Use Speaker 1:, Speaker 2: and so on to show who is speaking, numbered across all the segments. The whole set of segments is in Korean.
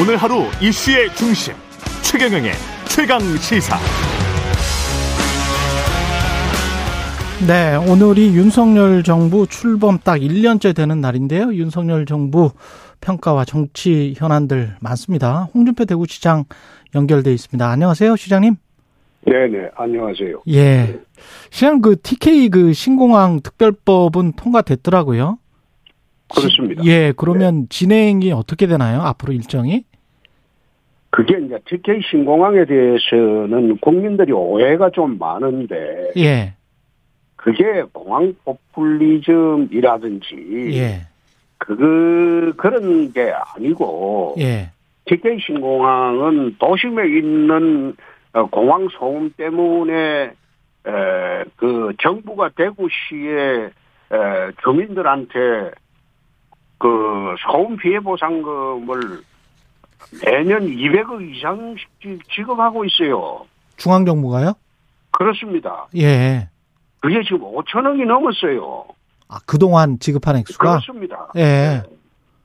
Speaker 1: 오늘 하루 이슈의 중심 최경영의 최강 시사.
Speaker 2: 네, 오늘이 윤석열 정부 출범 딱 1년째 되는 날인데요. 윤석열 정부 평가와 정치 현안들 많습니다. 홍준표 대구시장 연결돼 있습니다. 안녕하세요, 시장님.
Speaker 3: 네네, 안녕하세요.
Speaker 2: 예. 시장 그 TK 그 신공항 특별법은 통과됐더라고요.
Speaker 3: 그렇습니다.
Speaker 2: 예, 그러면 진행이 어떻게 되나요? 앞으로 일정이?
Speaker 3: 그게 이제 TK 신공항에 대해서는 국민들이 오해가 좀 많은데,
Speaker 2: 예.
Speaker 3: 그게 공항 포퓰리즘이라든지,
Speaker 2: 예.
Speaker 3: 그, 그런 게 아니고,
Speaker 2: 예.
Speaker 3: TK 신공항은 도심에 있는 어, 공항 소음 때문에, 에, 그 정부가 대구시에 에, 주민들한테 그 소음 피해 보상금을 매년 200억 이상씩 지급하고 있어요.
Speaker 2: 중앙 정부가요?
Speaker 3: 그렇습니다.
Speaker 2: 예.
Speaker 3: 그게 지금 5천억이 넘었어요.
Speaker 2: 아, 그동안 지급한 액수가
Speaker 3: 그렇습니다.
Speaker 2: 예.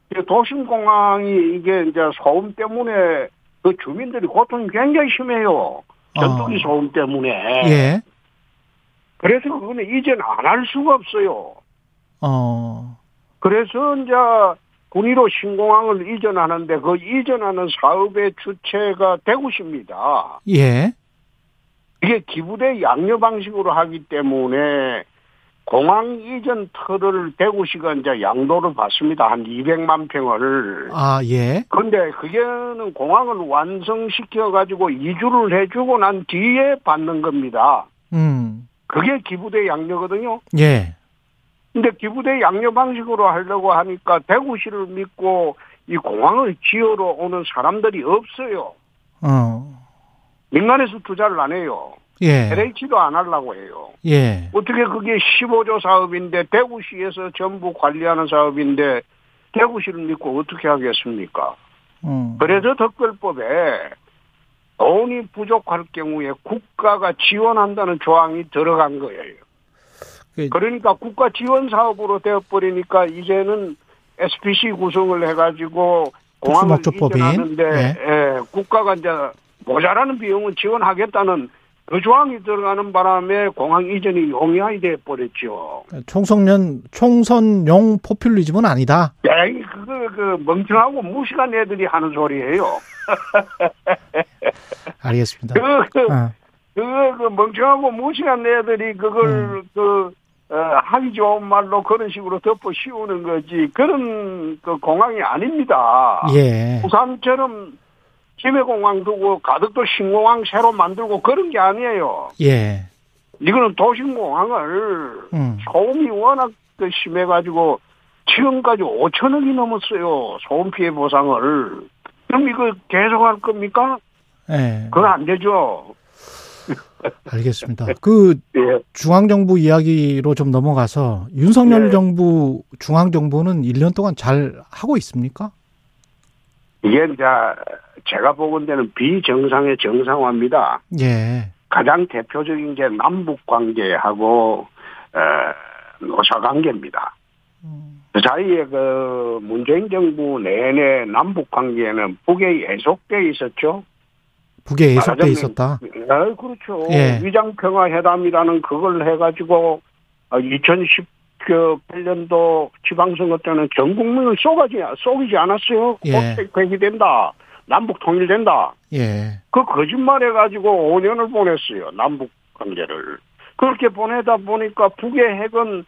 Speaker 3: 이제 도심공항이 이게 이제 소음 때문에 그 주민들이 고통이 굉장히 심해요. 전투기
Speaker 2: 어.
Speaker 3: 소음 때문에.
Speaker 2: 예.
Speaker 3: 그래서 그거는 이제는 안 할 수가 없어요.
Speaker 2: 어.
Speaker 3: 그래서 이제 군의로 신공항을 이전하는데 그 이전하는 사업의 주체가 대구시입니다.
Speaker 2: 예.
Speaker 3: 이게 기부대 양려 방식으로 하기 때문에 공항 이전 터를 대구시가 이제 양도를 받습니다. 한 200만 평을.
Speaker 2: 아, 예.
Speaker 3: 근데 그게는 공항을 완성시켜 가지고 이주를 해주고 난 뒤에 받는 겁니다.
Speaker 2: 음.
Speaker 3: 그게 기부대 양료거든요.
Speaker 2: 예.
Speaker 3: 근데 기부대 양료 방식으로 하려고 하니까 대구시를 믿고 이 공항을 지으러 오는 사람들이 없어요.
Speaker 2: 어.
Speaker 3: 민간에서 투자를 안 해요.
Speaker 2: 예.
Speaker 3: LH도 안 하려고 해요.
Speaker 2: 예.
Speaker 3: 어떻게 그게 15조 사업인데 대구시에서 전부 관리하는 사업인데 대구시를 믿고 어떻게 하겠습니까?
Speaker 2: 음.
Speaker 3: 그래서 특별법에 돈이 부족할 경우에 국가가 지원한다는 조항이 들어간 거예요.
Speaker 2: 그-
Speaker 3: 그러니까 국가 지원 사업으로 되어버리니까 이제는 SPC 구성을 해가지고 공항을
Speaker 2: 특수목적법인,
Speaker 3: 이전하는데
Speaker 2: 예.
Speaker 3: 예, 국가가 이제 모자라는 비용은 지원하겠다는 그 조항이 들어가는 바람에 공항 이전이 용이하게 되어버렸죠.
Speaker 2: 총선년 총선용 포퓰리즘은 아니다.
Speaker 3: 에이, 그거 그 멍청하고 무식한 애들이 하는 소리예요.
Speaker 2: 알겠습니다.
Speaker 3: 그, 그
Speaker 2: 어.
Speaker 3: 그거 그 멍청하고 무식한 애들이 그걸 그 어, 하기 좋은 말로 그런 식으로 덮어 씌우는 거지 그런 그 공항이 아닙니다.
Speaker 2: 예.
Speaker 3: 부산처럼 김해공항 두고 가덕도 신공항 새로 만들고 그런 게 아니에요.
Speaker 2: 예.
Speaker 3: 이거는 도심공항을
Speaker 2: 음.
Speaker 3: 소음이 워낙 그 심해가지고 지금까지 5천억이 넘었어요. 소음 피해 보상을. 그럼 이거 계속할 겁니까?
Speaker 2: 예.
Speaker 3: 그건 안 되죠.
Speaker 2: 알겠습니다. 그
Speaker 3: 예.
Speaker 2: 중앙정부 이야기로 좀 넘어가서 윤석열
Speaker 3: 예.
Speaker 2: 정부 중앙정부는 1년 동안 잘 하고 있습니까?
Speaker 3: 이게 이제 제가 보건대는 비정상의 정상화입니다.
Speaker 2: 예.
Speaker 3: 가장 대표적인 게 남북 관계하고 에, 노사 관계입니다.
Speaker 2: 음.
Speaker 3: 그 사이에 그 문재인 정부 내내 남북 관계는 북에 예속돼 있었죠.
Speaker 2: 북에 예속돼
Speaker 3: 말하자면-
Speaker 2: 있었다.
Speaker 3: 아, 그렇죠.
Speaker 2: 예.
Speaker 3: 위장 평화 회담이라는 그걸 해가지고 2018년도 지방선거 때는 전 국민을 쏘가지 쏘이지 않았어요.
Speaker 2: 예.
Speaker 3: 꼭폐기 된다. 남북 통일된다.
Speaker 2: 예.
Speaker 3: 그 거짓말 해가지고 5년을 보냈어요. 남북 관계를. 그렇게 보내다 보니까 북의 핵은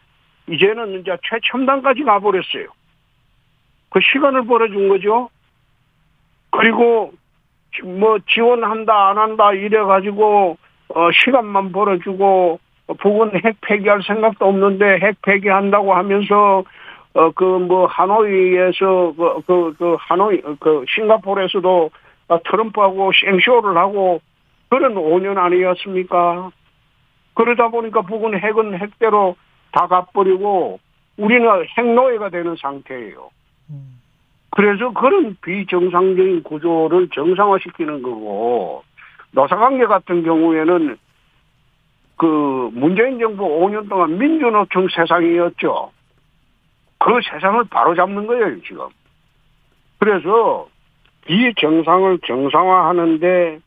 Speaker 3: 이제는 이제 최첨단까지 가버렸어요. 그 시간을 벌어준 거죠. 그리고 지- 뭐 지원한다 안 한다 이래가지고 어, 시간만 벌어주고 어, 북은 핵 폐기할 생각도 없는데 핵 폐기한다고 하면서 어 그 뭐 하노이에서 그 그 그 하노이 어, 그 싱가포르에서도 아, 트럼프하고 생쇼를 하고 그런 5년 아니었습니까? 그러다 보니까 북은 핵은 핵대로 다 갚버리고 우리는 핵노예가 되는 상태예요. 그래서 그런 비정상적인 구조를 정상화시키는 거고 노사관계 같은 경우에는 그 문재인 정부 5년 동안 민주노총 세상이었죠. 그 세상을 바로잡는 거예요 지금. 그래서 이 정상을 정상화하는데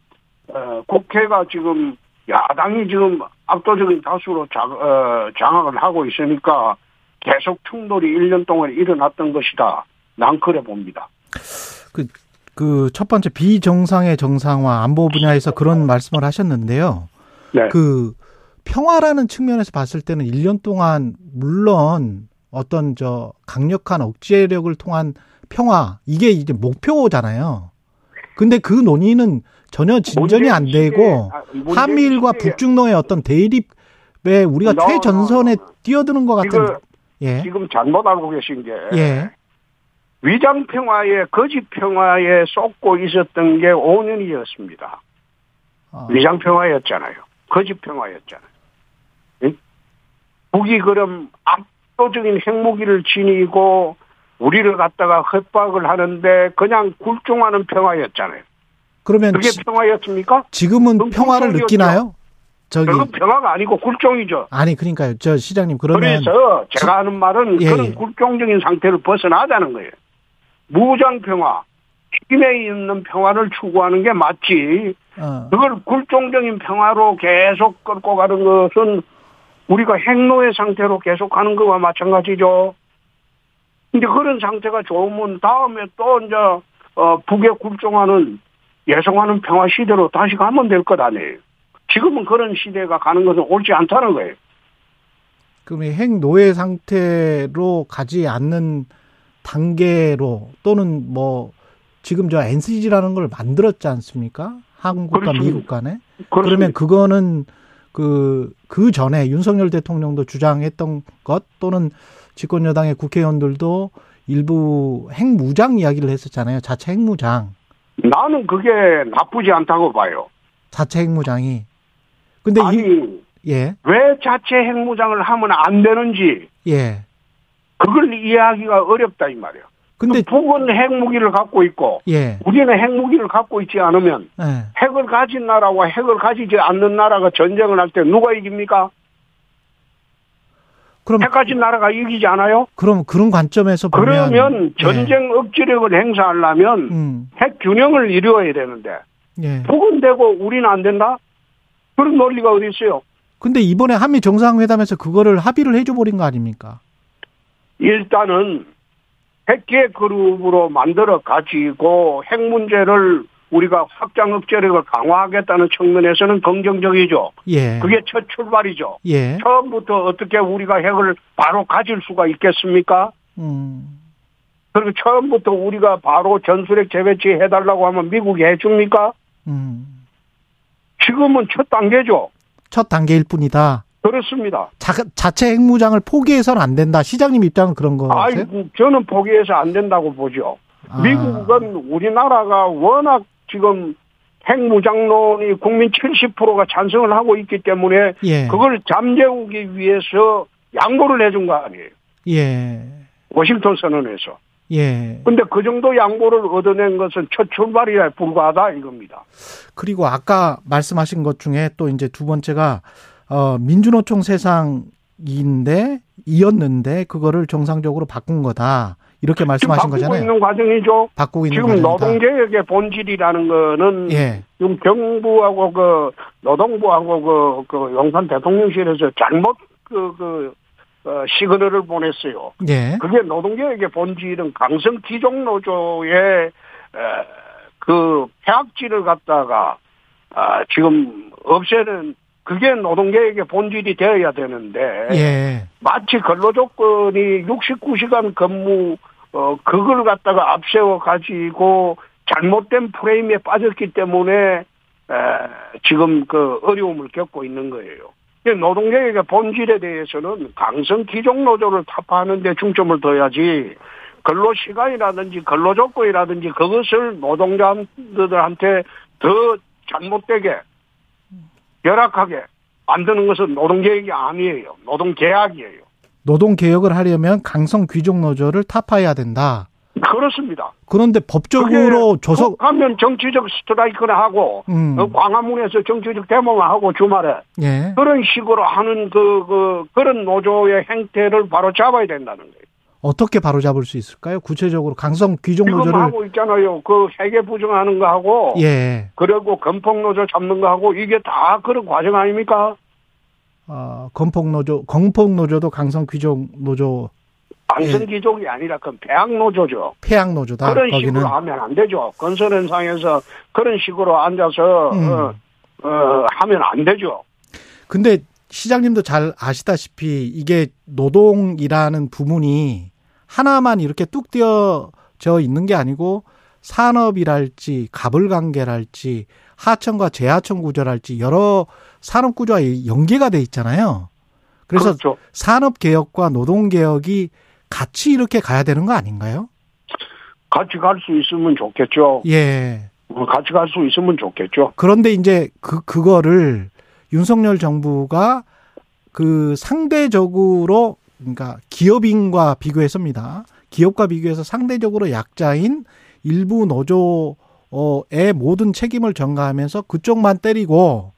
Speaker 3: 어, 국회가 지금 야당이 지금 압도적인 다수로 자, 어, 장악을 하고 있으니까 계속 충돌이 1년 동안 일어났던 것이다. 난 그래 봅니다.
Speaker 2: 그 첫 번째 비정상의 정상화 안보 분야에서 그런 말씀을 하셨는데요.
Speaker 3: 네.
Speaker 2: 그 평화라는 측면에서 봤을 때는 1년 동안 물론 어떤 저 강력한 억제력을 통한 평화 이게 이제 목표잖아요. 근데 그 논의는 전혀 진전이 안 되고
Speaker 3: 아, 문재인
Speaker 2: 한미일과
Speaker 3: 시대에
Speaker 2: 북중노의 어떤 대립에 우리가
Speaker 3: No,
Speaker 2: 최전선에
Speaker 3: no, no.
Speaker 2: 뛰어드는 것 같은
Speaker 3: 어, 지금,
Speaker 2: 예.
Speaker 3: 지금 네. 잘못 알고 계신 게
Speaker 2: 예.
Speaker 3: 위장 평화에 거짓 평화에 쏟고 있었던 게 5년이었습니다.
Speaker 2: 아,
Speaker 3: 위장 평화였잖아요. 거짓 평화였잖아요. 응? 북이 그럼 압도적인 핵무기를 지니고 우리를 갖다가 협박을 하는데 그냥 굴종하는 평화였잖아요.
Speaker 2: 그러면
Speaker 3: 그게
Speaker 2: 지,
Speaker 3: 평화였습니까?
Speaker 2: 금은
Speaker 3: 그건
Speaker 2: 평화를
Speaker 3: 불통이었죠.
Speaker 2: 느끼나요? 저기
Speaker 3: 그건 평화가 아니고 굴종이죠.
Speaker 2: 아니 그러니까요. 저 시장님 그러면
Speaker 3: 그래서 제가 하는 말은
Speaker 2: 예, 예.
Speaker 3: 그런 굴종적인 상태를 벗어나자는 거예요. 무장 평화, 힘에 있는 평화를 추구하는 게 맞지.
Speaker 2: 어,
Speaker 3: 그걸 굴종적인 평화로 계속 끌고 가는 것은 우리가 핵노의 상태로 계속 가는 것과 마찬가지죠. 근데 그런 상태가 좋으면 다음에 또 이제 어, 북에 굴종하는 예성하는 평화 시대로 다시 가면 될 것 아니에요. 지금은 그런 시대가 가는 것은 옳지 않다는 거예요.
Speaker 2: 그럼 핵 노예 상태로 가지 않는 단계로 또는 뭐 지금 저 NCG라는 걸 만들었지 않습니까? 한국과
Speaker 3: 그렇습니다.
Speaker 2: 미국 간에
Speaker 3: 그렇습니다.
Speaker 2: 그러면 그거는 그, 그 전에 윤석열 대통령도 주장했던 것 또는 집권 여당의 국회의원들도 일부 핵무장 이야기를 했었잖아요. 자체 핵무장.
Speaker 3: 나는 그게 나쁘지 않다고 봐요.
Speaker 2: 자체 핵무장이. 근데
Speaker 3: 아니
Speaker 2: 이, 예,
Speaker 3: 왜 자체 핵무장을 하면 안 되는지
Speaker 2: 예.
Speaker 3: 그걸 이해하기가 어렵다 이 말이야.
Speaker 2: 근데,
Speaker 3: 북은 핵무기를 갖고 있고
Speaker 2: 예,
Speaker 3: 우리는 핵무기를 갖고 있지 않으면
Speaker 2: 예.
Speaker 3: 핵을 가진 나라와 핵을 가지지 않는 나라가 전쟁을 할 때 누가 이깁니까?
Speaker 2: 그럼,
Speaker 3: 핵 가진 나라가 이기지 않아요?
Speaker 2: 그럼 그런 관점에서 보면.
Speaker 3: 그러면
Speaker 2: 예.
Speaker 3: 전쟁 억지력을 행사하려면
Speaker 2: 음,
Speaker 3: 핵 균형을 이루어야 되는데
Speaker 2: 예.
Speaker 3: 북은 되고 우리는 안 된다? 그런 논리가 어디 있어요?
Speaker 2: 근데 이번에 한미 정상회담에서 그거를 합의를 해줘버린 거 아닙니까?
Speaker 3: 일단은 핵계 그룹으로 만들어 가지고 핵 문제를 우리가 확장 억제력을 강화하겠다는 측면에서는 긍정적이죠.
Speaker 2: 예.
Speaker 3: 그게 첫 출발이죠.
Speaker 2: 예.
Speaker 3: 처음부터 어떻게 우리가 핵을 바로 가질 수가 있겠습니까?
Speaker 2: 음,
Speaker 3: 그리고 처음부터 우리가 바로 전술핵 재배치 해달라고 하면 미국이 해줍니까?
Speaker 2: 음.
Speaker 3: 지금은 첫 단계죠.
Speaker 2: 첫 단계일 뿐이다.
Speaker 3: 그렇습니다.
Speaker 2: 자, 자체 핵무장을 포기해서는 안 된다. 시장님 입장은 그런
Speaker 3: 아이,
Speaker 2: 거세요?
Speaker 3: 저는 포기해서 안 된다고 보죠.
Speaker 2: 아.
Speaker 3: 미국은 우리나라가 워낙 지금 핵무장론이 국민 70%가 찬성을 하고 있기 때문에
Speaker 2: 예.
Speaker 3: 그걸 잠재우기 위해서 양보를 해준 거 아니에요.
Speaker 2: 예.
Speaker 3: 워싱턴 선언에서.
Speaker 2: 예.
Speaker 3: 근데 그 정도 양보를 얻어낸 것은 첫 출발이라 불과하다 이겁니다.
Speaker 2: 그리고 아까 말씀하신 것 중에 또 이제 두 번째가 어 민주노총 세상인데 이었는데 그거를 정상적으로 바꾼 거다. 이렇게
Speaker 3: 지금
Speaker 2: 말씀하신
Speaker 3: 바꾸고
Speaker 2: 거잖아요.
Speaker 3: 있는 과정이죠.
Speaker 2: 바꾸고 있는
Speaker 3: 지금
Speaker 2: 거다.
Speaker 3: 노동개혁의 본질이라는 거는
Speaker 2: 예.
Speaker 3: 지금 정부하고 그 노동부하고 그, 그 용산 대통령실에서 잘못 그, 그, 어, 시그널을 보냈어요.
Speaker 2: 예.
Speaker 3: 그게 노동개혁의 본질은 강성 기종 노조의 에, 그 폐악질을 갖다가 아, 지금 없애는 그게 노동개혁의 본질이 되어야 되는데
Speaker 2: 예.
Speaker 3: 마치 근로조건이 69시간 근무 어 그걸 갖다가 앞세워 가지고 잘못된 프레임에 빠졌기 때문에 에, 지금 그 어려움을 겪고 있는 거예요. 이 노동개혁의 본질에 대해서는 강성 기종 노조를 타파하는데 중점을 둬야지 근로 시간이라든지 근로 조건이라든지 그것을 노동자들한테 더 잘못되게 열악하게 만드는 것은 노동개혁이 아니에요. 노동계약이에요.
Speaker 2: 노동 개혁을 하려면 강성 귀족 노조를 타파해야 된다.
Speaker 3: 그렇습니다.
Speaker 2: 그런데 법적으로
Speaker 3: 그게
Speaker 2: 조석
Speaker 3: 하면 정치적 스트라이크나 하고
Speaker 2: 음.
Speaker 3: 어, 광화문에서 정치적 데모만 하고 주말에
Speaker 2: 예.
Speaker 3: 그, 그런 식으로 하는 그, 그 그런 노조의 행태를 바로 잡아야 된다는 거예요.
Speaker 2: 어떻게 바로잡을 수 있을까요? 구체적으로 강성 귀족
Speaker 3: 지금
Speaker 2: 노조를
Speaker 3: 하고 있잖아요. 그 세계 부정하는 거 하고
Speaker 2: 예.
Speaker 3: 그리고 건폭노조 잡는 거 하고 이게 다 그런 과정 아닙니까?
Speaker 2: 어, 건폭 노조, 건폭 노조도 강성 귀족 노조
Speaker 3: 안성기족이 아니라 그건 배악노조죠.
Speaker 2: 폐양 예. 노조다.
Speaker 3: 그런
Speaker 2: 거기는
Speaker 3: 식으로 하면 안 되죠. 건설 현상에서 그런 식으로 앉아서
Speaker 2: 음.
Speaker 3: 어, 어, 하면 안 되죠.
Speaker 2: 근데 시장님도 잘 아시다시피 이게 노동이라는 부문이 하나만 이렇게 뚝 떼어져 있는 게 아니고 산업이랄지 가불관계랄지 하청과 재하청 구조랄지 여러 산업 구조와 연계가 돼 있잖아요. 그래서
Speaker 3: 그렇죠.
Speaker 2: 산업 개혁과 노동 개혁이 같이 이렇게 가야 되는 거 아닌가요?
Speaker 3: 같이 갈 수 있으면 좋겠죠.
Speaker 2: 예.
Speaker 3: 어, 같이 갈 수 있으면 좋겠죠.
Speaker 2: 그런데 이제 그 그거를 윤석열 정부가 그 상대적으로 그러니까 기업인과 비교해서입니다. 기업과 비교해서 상대적으로 약자인 일부 노조의 모든 책임을 전가하면서 그쪽만 때리고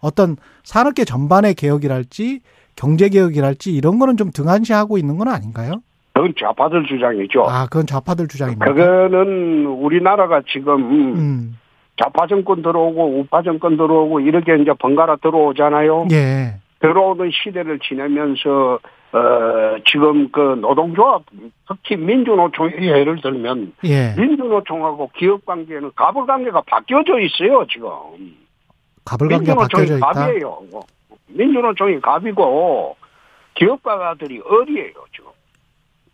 Speaker 2: 어떤 산업계 전반의 개혁이랄지 경제 개혁이랄지 이런 거는 좀 등한시하고 있는 건 아닌가요?
Speaker 3: 그건 좌파들 주장이죠.
Speaker 2: 아, 그건 좌파들 주장입니다.
Speaker 3: 그거는 우리나라가 지금
Speaker 2: 음.
Speaker 3: 좌파 정권 들어오고 우파 정권 들어오고 이렇게 이제 번갈아 들어오잖아요.
Speaker 2: 예.
Speaker 3: 들어오는 시대를 지내면서 어 지금 그 노동조합 특히 민주노총 예를 들면
Speaker 2: 예.
Speaker 3: 민주노총하고 기업 관계는 갑을 관계가 바뀌어져 있어요 지금.
Speaker 2: 갑을 관계가 바뀌어져 있다.
Speaker 3: 갑이에요. 민주노총이 갑이고 기업가들이 을이에요 지금.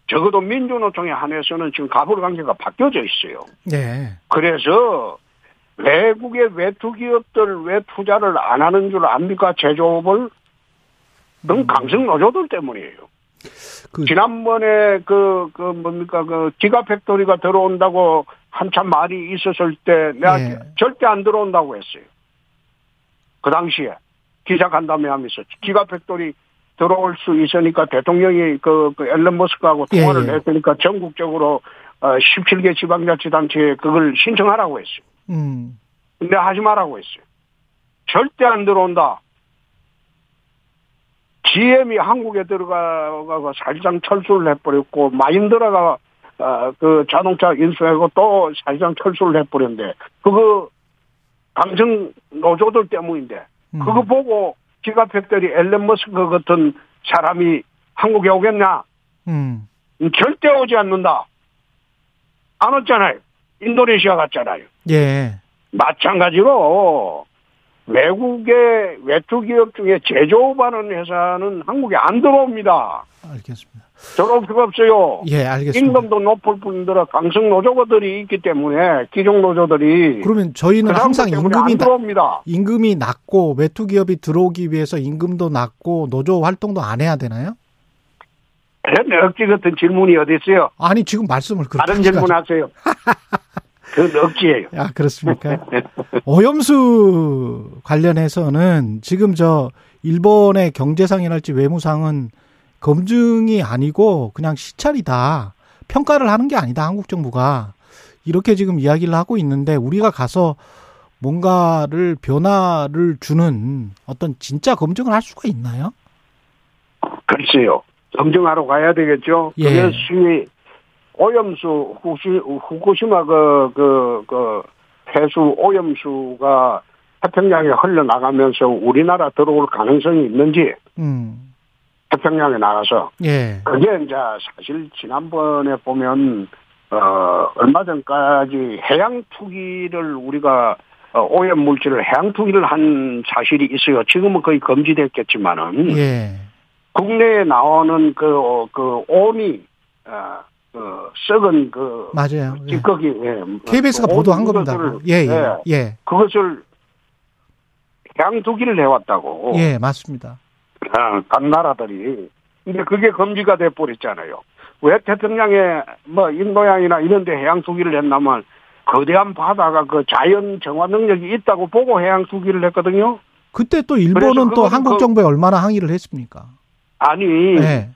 Speaker 3: 적어도 민주노총에 한해서는 지금 갑을 관계가 바뀌어져 있어요.
Speaker 2: 예.
Speaker 3: 그래서 외국의 외투 기업들 왜 투자를 안 하는 줄 압니까? 제조업을?
Speaker 2: 음.
Speaker 3: 그건 강성 노조들 때문이에요.
Speaker 2: 그
Speaker 3: 지난번에 그, 그 뭡니까, 그 기가 팩토리가 들어온다고 한참 말이 있었을 때 내가
Speaker 2: 예.
Speaker 3: 절대 안 들어온다고 했어요. 그 당시에 기자 간담회 하면서 기가 팩토리 들어올 수 있으니까 대통령이 그, 그 앨런 머스크하고
Speaker 2: 예,
Speaker 3: 통화를
Speaker 2: 예.
Speaker 3: 했으니까 전국적으로 어, 17개 지방자치단체에 그걸 신청하라고 했어요.
Speaker 2: 음.
Speaker 3: 근데 하지 말라고 했어요. 절대 안 들어온다. GM이 한국에 들어가서 사실상 철수를 해버렸고 마인드라가 어, 그 자동차 인수하고 또 사실상 철수를 해버렸는데 그거 강정 노조들 때문인데
Speaker 2: 음.
Speaker 3: 그거 보고 기가팩들이 엘런 머스크 같은 사람이 한국에 오겠냐?
Speaker 2: 음.
Speaker 3: 절대 오지 않는다. 안 왔잖아요. 인도네시아 갔잖아요.
Speaker 2: 예.
Speaker 3: 마찬가지로 외국의 외투 기업 중에 제조업하는 회사는 한국에 안 들어옵니다.
Speaker 2: 알겠습니다.
Speaker 3: 들어올 필요 없어요.
Speaker 2: 예, 알겠습니다.
Speaker 3: 임금도 높을 뿐더러 강성 노조들이 있기 때문에 기종 노조들이
Speaker 2: 그러면
Speaker 3: 그
Speaker 2: 저희는
Speaker 3: 사람들
Speaker 2: 항상
Speaker 3: 때문에 안
Speaker 2: 임금이 나,
Speaker 3: 들어옵니다.
Speaker 2: 임금이 낮고 외투 기업이 들어오기 위해서 임금도 낮고 노조 활동도 안 해야 되나요?
Speaker 3: 그런데 억지 같은 질문이 어디 있어요?
Speaker 2: 아니 지금 말씀을 그렇게
Speaker 3: 다른
Speaker 2: 하시다-
Speaker 3: 질문하세요. 그건 억지예요.
Speaker 2: 아 그렇습니까? 오염수 관련해서는 지금 저 일본의 경제상이랄지 외무상은 검증이 아니고 그냥 시찰이다. 평가를 하는 게 아니다. 한국 정부가 이렇게 지금 이야기를 하고 있는데 우리가 가서 뭔가를 변화를 주는 어떤 진짜 검증을 할 수가 있나요?
Speaker 3: 글쎄요. 검증하러 가야 되겠죠.
Speaker 2: 예.
Speaker 3: 그게 수위 오염수 후쿠시, 후쿠시마 그, 그, 그 해수 오염수가 태평양에 흘러나가면서 우리나라 들어올 가능성이 있는지
Speaker 2: 음.
Speaker 3: 태평양에 나가서
Speaker 2: 예.
Speaker 3: 그게 이제 사실 지난번에 보면 어 얼마 전까지 해양 투기를 우리가 어, 오염 물질을 해양 투기를 한 사실이 있어요. 지금은 거의 금지됐겠지만은
Speaker 2: 예.
Speaker 3: 국내에 나오는 그, 어, 그, 오미, 어, 그, 썩은 그,
Speaker 2: 맞아요. 예.
Speaker 3: 찌꺼기, 예.
Speaker 2: KBS가
Speaker 3: 그
Speaker 2: 보도한
Speaker 3: 오미
Speaker 2: 겁니다.
Speaker 3: 그것을,
Speaker 2: 예, 예.
Speaker 3: 네.
Speaker 2: 예.
Speaker 3: 그것을 양두기를 해왔다고.
Speaker 2: 예, 맞습니다.
Speaker 3: 아, 간 나라들이. 근데 그게 금지가 돼버렸잖아요. 왜 태평양에, 뭐, 인도양이나 이런데 해양 투기를 했나면, 거대한 바다가 그 자연 정화 능력이 있다고 보고 해양 투기를 했거든요.
Speaker 2: 그때 또
Speaker 3: 그래서
Speaker 2: 일본은 또
Speaker 3: 그거는 음.
Speaker 2: 한국
Speaker 3: 그-
Speaker 2: 정부에 얼마나 항의를 했습니까?
Speaker 3: 아니,
Speaker 2: 예.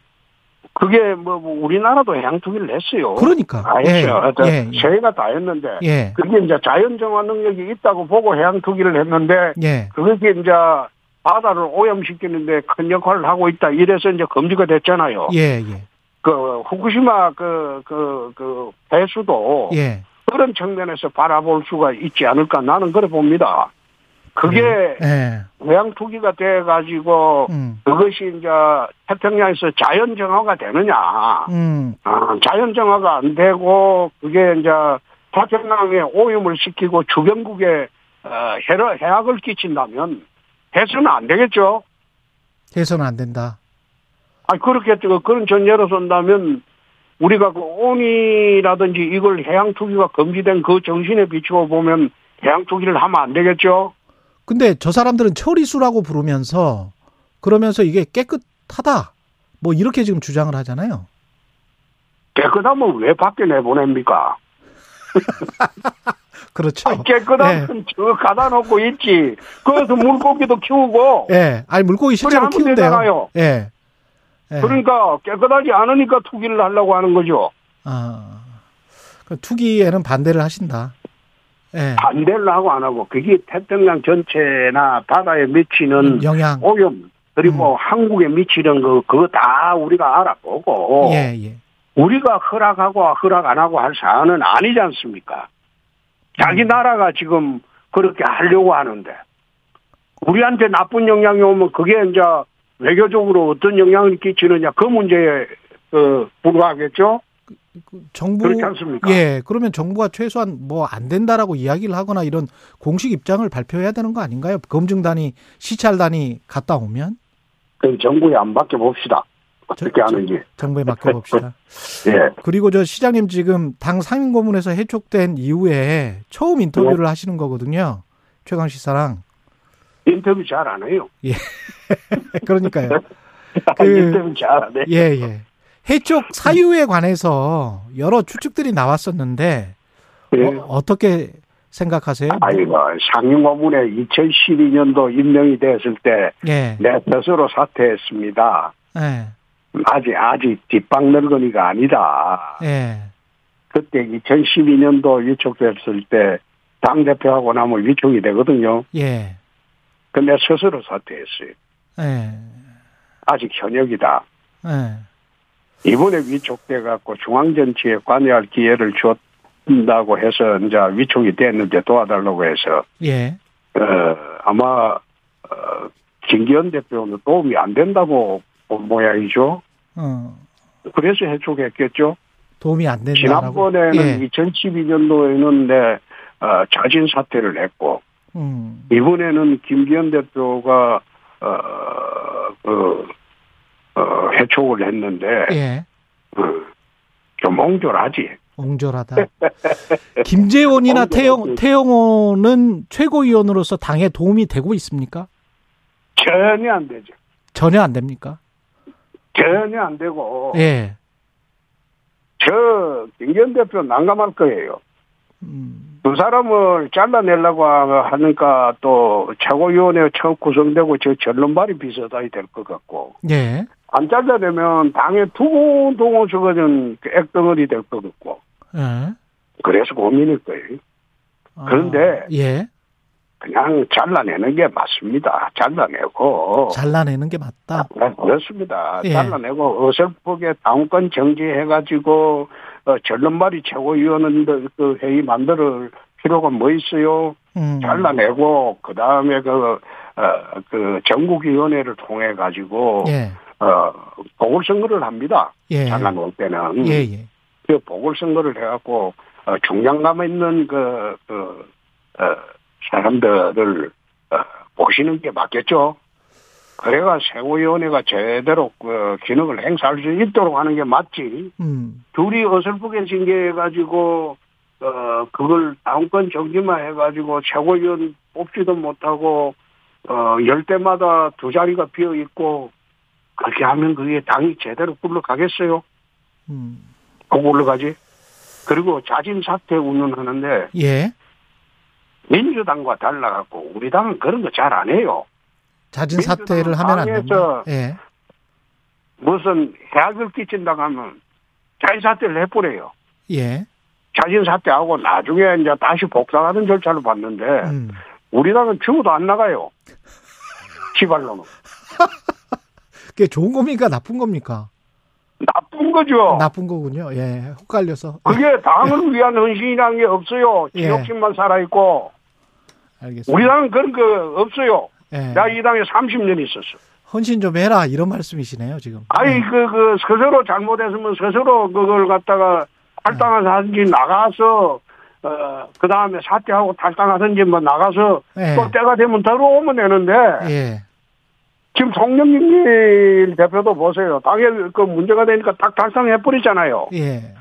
Speaker 3: 그게 뭐, 뭐 우리나라도 해양 투기를 했어요.
Speaker 2: 그러니까. 예.
Speaker 3: 알죠.
Speaker 2: 예. 예.
Speaker 3: 아, 저희가 다 했는데
Speaker 2: 예.
Speaker 3: 그게 이제 자연 정화 능력이 있다고 보고 해양 투기를 했는데
Speaker 2: 예.
Speaker 3: 그게 이제 바다를 오염시키는데 큰 역할을 하고 있다 이래서 이제 금지가 됐잖아요.
Speaker 2: 예. 예.
Speaker 3: 그 후쿠시마 그 그, 그 배수도
Speaker 2: 예.
Speaker 3: 그런 측면에서 바라볼 수가 있지 않을까 나는 그래 봅니다. 그게
Speaker 2: 예.
Speaker 3: 외양 투기가 돼 가지고
Speaker 2: 음.
Speaker 3: 그것이 이제 태평양에서 자연 정화가 되느냐?
Speaker 2: 음.
Speaker 3: 아, 자연 정화가 안 되고 그게 이제 태평양에 오염을 시키고 주변국에 어, 해를, 해악을 끼친다면 해서는 안 되겠죠.
Speaker 2: 해서는 안 된다.
Speaker 3: 아 그렇게 그- 그런 전제로 선다면 우리가 그 온이라든지 이걸 해양 투기가 금지된 그 정신에 비추어 보면 해양 투기를 하면 안 되겠죠.
Speaker 2: 근데 저 사람들은 처리수라고 부르면서 그러면서 이게 깨끗하다. 뭐 이렇게 지금 주장을 하잖아요.
Speaker 3: 깨끗하면 왜 밖에 내보냅니까?
Speaker 2: 그렇죠.
Speaker 3: 아, 깨끗하면 저 가다 놓고 있지. 그래서 물고기도 키우고
Speaker 2: 예. 아니 물고기 실제로
Speaker 3: 하면
Speaker 2: 키운대요.
Speaker 3: 되잖아요.
Speaker 2: 예. 예.
Speaker 3: 그러니까 깨끗하지 않으니까 투기를 하려고 하는 거죠.
Speaker 2: 아. 그 투기에는 반대를 하신다. 예.
Speaker 3: 반대를 하고 안 하고 그게 태평양 전체나 바다에 미치는
Speaker 2: 영향.
Speaker 3: 오염 그리고
Speaker 2: 음.
Speaker 3: 한국에 미치는 그 그거 다 우리가 알아보고
Speaker 2: 예, 예.
Speaker 3: 우리가 허락하고 허락 안 하고 할 사안은 아니지 않습니까?
Speaker 2: 음.
Speaker 3: 자기 나라가 지금 그렇게 하려고 하는데 우리한테 나쁜 영향이 오면 그게 이제 외교적으로 어떤 영향을 끼치느냐 그 문제에 어, 불과하겠죠.
Speaker 2: 그 정부
Speaker 3: 그렇지 않습니까?
Speaker 2: 예, 그러면 정부가 최소한 뭐 안 된다라고 이야기를 하거나 이런 공식 입장을 발표해야 되는 거 아닌가요? 검증단이 시찰단이 갔다 오면
Speaker 3: 그 정부에 안 맡겨 봅시다. 어떻게
Speaker 2: 저- 저-
Speaker 3: 하는지.
Speaker 2: 정부에 맡겨 봅시다.
Speaker 3: 예.
Speaker 2: 그리고 저 시장님 지금 당 상임고문에서 해촉된 이후에 처음
Speaker 3: 네.
Speaker 2: 인터뷰를 하시는 거거든요. 최강식 사랑.
Speaker 3: 인터뷰 잘 안 해요.
Speaker 2: 그러니까요. 그-
Speaker 3: 인터뷰 잘 안 해.
Speaker 2: 예, 예. 해촉 사유에 관해서 여러 추측들이 나왔었는데
Speaker 3: 예.
Speaker 2: 어, 떻게 생각하세요?
Speaker 3: 아이고 뭐, 상임고문에 2012년도 임명이 됐을 때 내
Speaker 2: 예.
Speaker 3: 스스로 사퇴했습니다.
Speaker 2: 예.
Speaker 3: 아직 아직 뒷방 늙은이가 아니다.
Speaker 2: 예.
Speaker 3: 그때 2012년도 위촉됐을 때 당 대표하고 나면 위촉이 되거든요.
Speaker 2: 예.
Speaker 3: 근데 스스로 사퇴했어요.
Speaker 2: 예.
Speaker 3: 아직 현역이다.
Speaker 2: 예.
Speaker 3: 이번에 위촉돼 갖고 중앙 정치에 관여할 기회를 줬다고 해서 이제 위촉이 됐는데 도와달라고 해서
Speaker 2: 예.
Speaker 3: 어, 아마 어, 김기현 대표는 도움이 안 된다고 본 모양이죠.
Speaker 2: 어,
Speaker 3: 그래서 해촉했겠죠.
Speaker 2: 도움이 안 된다라고.
Speaker 3: 지난번에는
Speaker 2: 예.
Speaker 3: 2012년도에는 내 어, 자진 사퇴를 했고
Speaker 2: 음,
Speaker 3: 이번에는 김기현 대표가 어, 그, 어, 해촉을 했는데
Speaker 2: 예.
Speaker 3: 어, 좀 옹졸하지.
Speaker 2: 옹졸하다. 김재원이나 태영
Speaker 3: 옹졸하지.
Speaker 2: 태영호는 최고위원으로서 당에 도움이 되고 있습니까?
Speaker 3: 전혀 안 되죠.
Speaker 2: 전혀 안 됩니까?
Speaker 3: 전혀 안 되고
Speaker 2: 예.
Speaker 3: 저 김기현 대표 난감할 거예요.
Speaker 2: 음,
Speaker 3: 두그 사람을 잘라내려고 하니까 또 최고위원회 처음 구성되고 저 전론발이 비슷하게 될 것 같고
Speaker 2: 예.
Speaker 3: 안 잘라내면 당에 두고두고 죽어진 액덩어리 될 것 같고
Speaker 2: 예.
Speaker 3: 그래서 고민일 거예요.
Speaker 2: 아,
Speaker 3: 그런데-
Speaker 2: 예.
Speaker 3: 그냥 잘라내는 게 맞습니다. 잘라내고
Speaker 2: 잘라내는 게 맞다.
Speaker 3: 네, 그렇습니다.
Speaker 2: 예.
Speaker 3: 잘라내고 어설프게 당권 정지해가지고 어, 전론발이 최고위원들 그 회의 만들 필요가 뭐 있어요?
Speaker 2: 음.
Speaker 3: 잘라내고 그 다음에 그 어, 그 전국위원회를 통해 가지고
Speaker 2: 예.
Speaker 3: 어, 보궐선거를 합니다.
Speaker 2: 예.
Speaker 3: 잘라놓을 때는
Speaker 2: 예, 예.
Speaker 3: 그 보궐선거를 해갖고 어, 중량감 있는 그, 그 어, 사람들을 어, 보시는 게 맞겠죠. 그래가 세고위원회가 제대로 그 기능을 행사할 수 있도록 하는 게 맞지.
Speaker 2: 음.
Speaker 3: 둘이 어설프게 징계해가지고 어 그걸 당권 정지만 해가지고 최고위원 뽑지도 못하고 어열 때마다 두 자리가 비어 있고 그렇게 하면 그게 당이 제대로 굴러가겠어요?
Speaker 2: 음.
Speaker 3: 그 굴러가지? 그리고 자진 사퇴 운운하는데
Speaker 2: 예.
Speaker 3: 민주당과 달라갖고 우리 당은 그런 거 잘 안 해요.
Speaker 2: 자진 사퇴를 하면 안 된다.
Speaker 3: 민주당은
Speaker 2: 예.
Speaker 3: 무슨 해악을 끼친다고 하면 자진 사퇴를 해버려요.
Speaker 2: 예.
Speaker 3: 자진 사퇴하고 나중에 이제 다시 복사하는 절차를 봤는데
Speaker 2: 음.
Speaker 3: 우리 당은 죽어도 안 나가요. 지발로는.
Speaker 2: 그게 좋은 겁니까? 나쁜 겁니까?
Speaker 3: 나쁜 거죠.
Speaker 2: 나쁜 거군요. 예, 헛갈려서. 예,
Speaker 3: 그게 당을 위한 헌신이라는 게 없어요.
Speaker 2: 예.
Speaker 3: 지역심만 살아있고.
Speaker 2: 알겠습니다.
Speaker 3: 우리 당은 그런 거 없어요.
Speaker 2: 예,
Speaker 3: 내가 이 당에 30년 있었어.
Speaker 2: 헌신 좀 해라 이런 말씀이시네요 지금.
Speaker 3: 아니, 그, 그, 스스로 잘못했으면 스스로 그걸 갖다가
Speaker 2: 예.
Speaker 3: 탈당하든지 나가서, 어, 그 다음에 사퇴하고 탈당하든지 뭐 나가서
Speaker 2: 예.
Speaker 3: 또 때가 되면 들어오면 되는데
Speaker 2: 예,
Speaker 3: 지금 송영길 대표도 보세요. 당에 그 문제가 되니까 딱 탈당해버리잖아요.
Speaker 2: 예,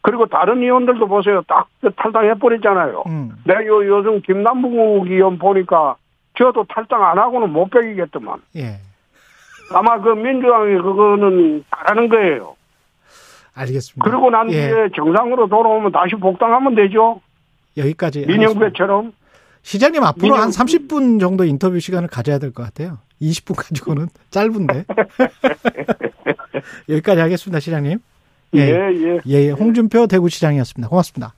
Speaker 3: 그리고 다른 의원들도 보세요. 딱그 탈당해버리잖아요.
Speaker 2: 음,
Speaker 3: 내가 요, 요즘 김남국 의원 보니까 저도 탈당 안 하고는 못 배기겠더만.
Speaker 2: 예.
Speaker 3: 아마 그 민주당이 그거는 잘하는 거예요.
Speaker 2: 알겠습니다.
Speaker 3: 그리고 난
Speaker 2: 예,
Speaker 3: 뒤에 정상으로 돌아오면 다시 복당하면 되죠.
Speaker 2: 여기까지. 하겠습니다.
Speaker 3: 민영배처럼.
Speaker 2: 시장님 앞으로
Speaker 3: 민영-
Speaker 2: 한 30분 정도 인터뷰 시간을 가져야 될 것 같아요. 20분 가지고는 짧은데. 여기까지 하겠습니다, 시장님.
Speaker 3: 예, 예.
Speaker 2: 예, 예. 홍준표 대구시장이었습니다. 고맙습니다.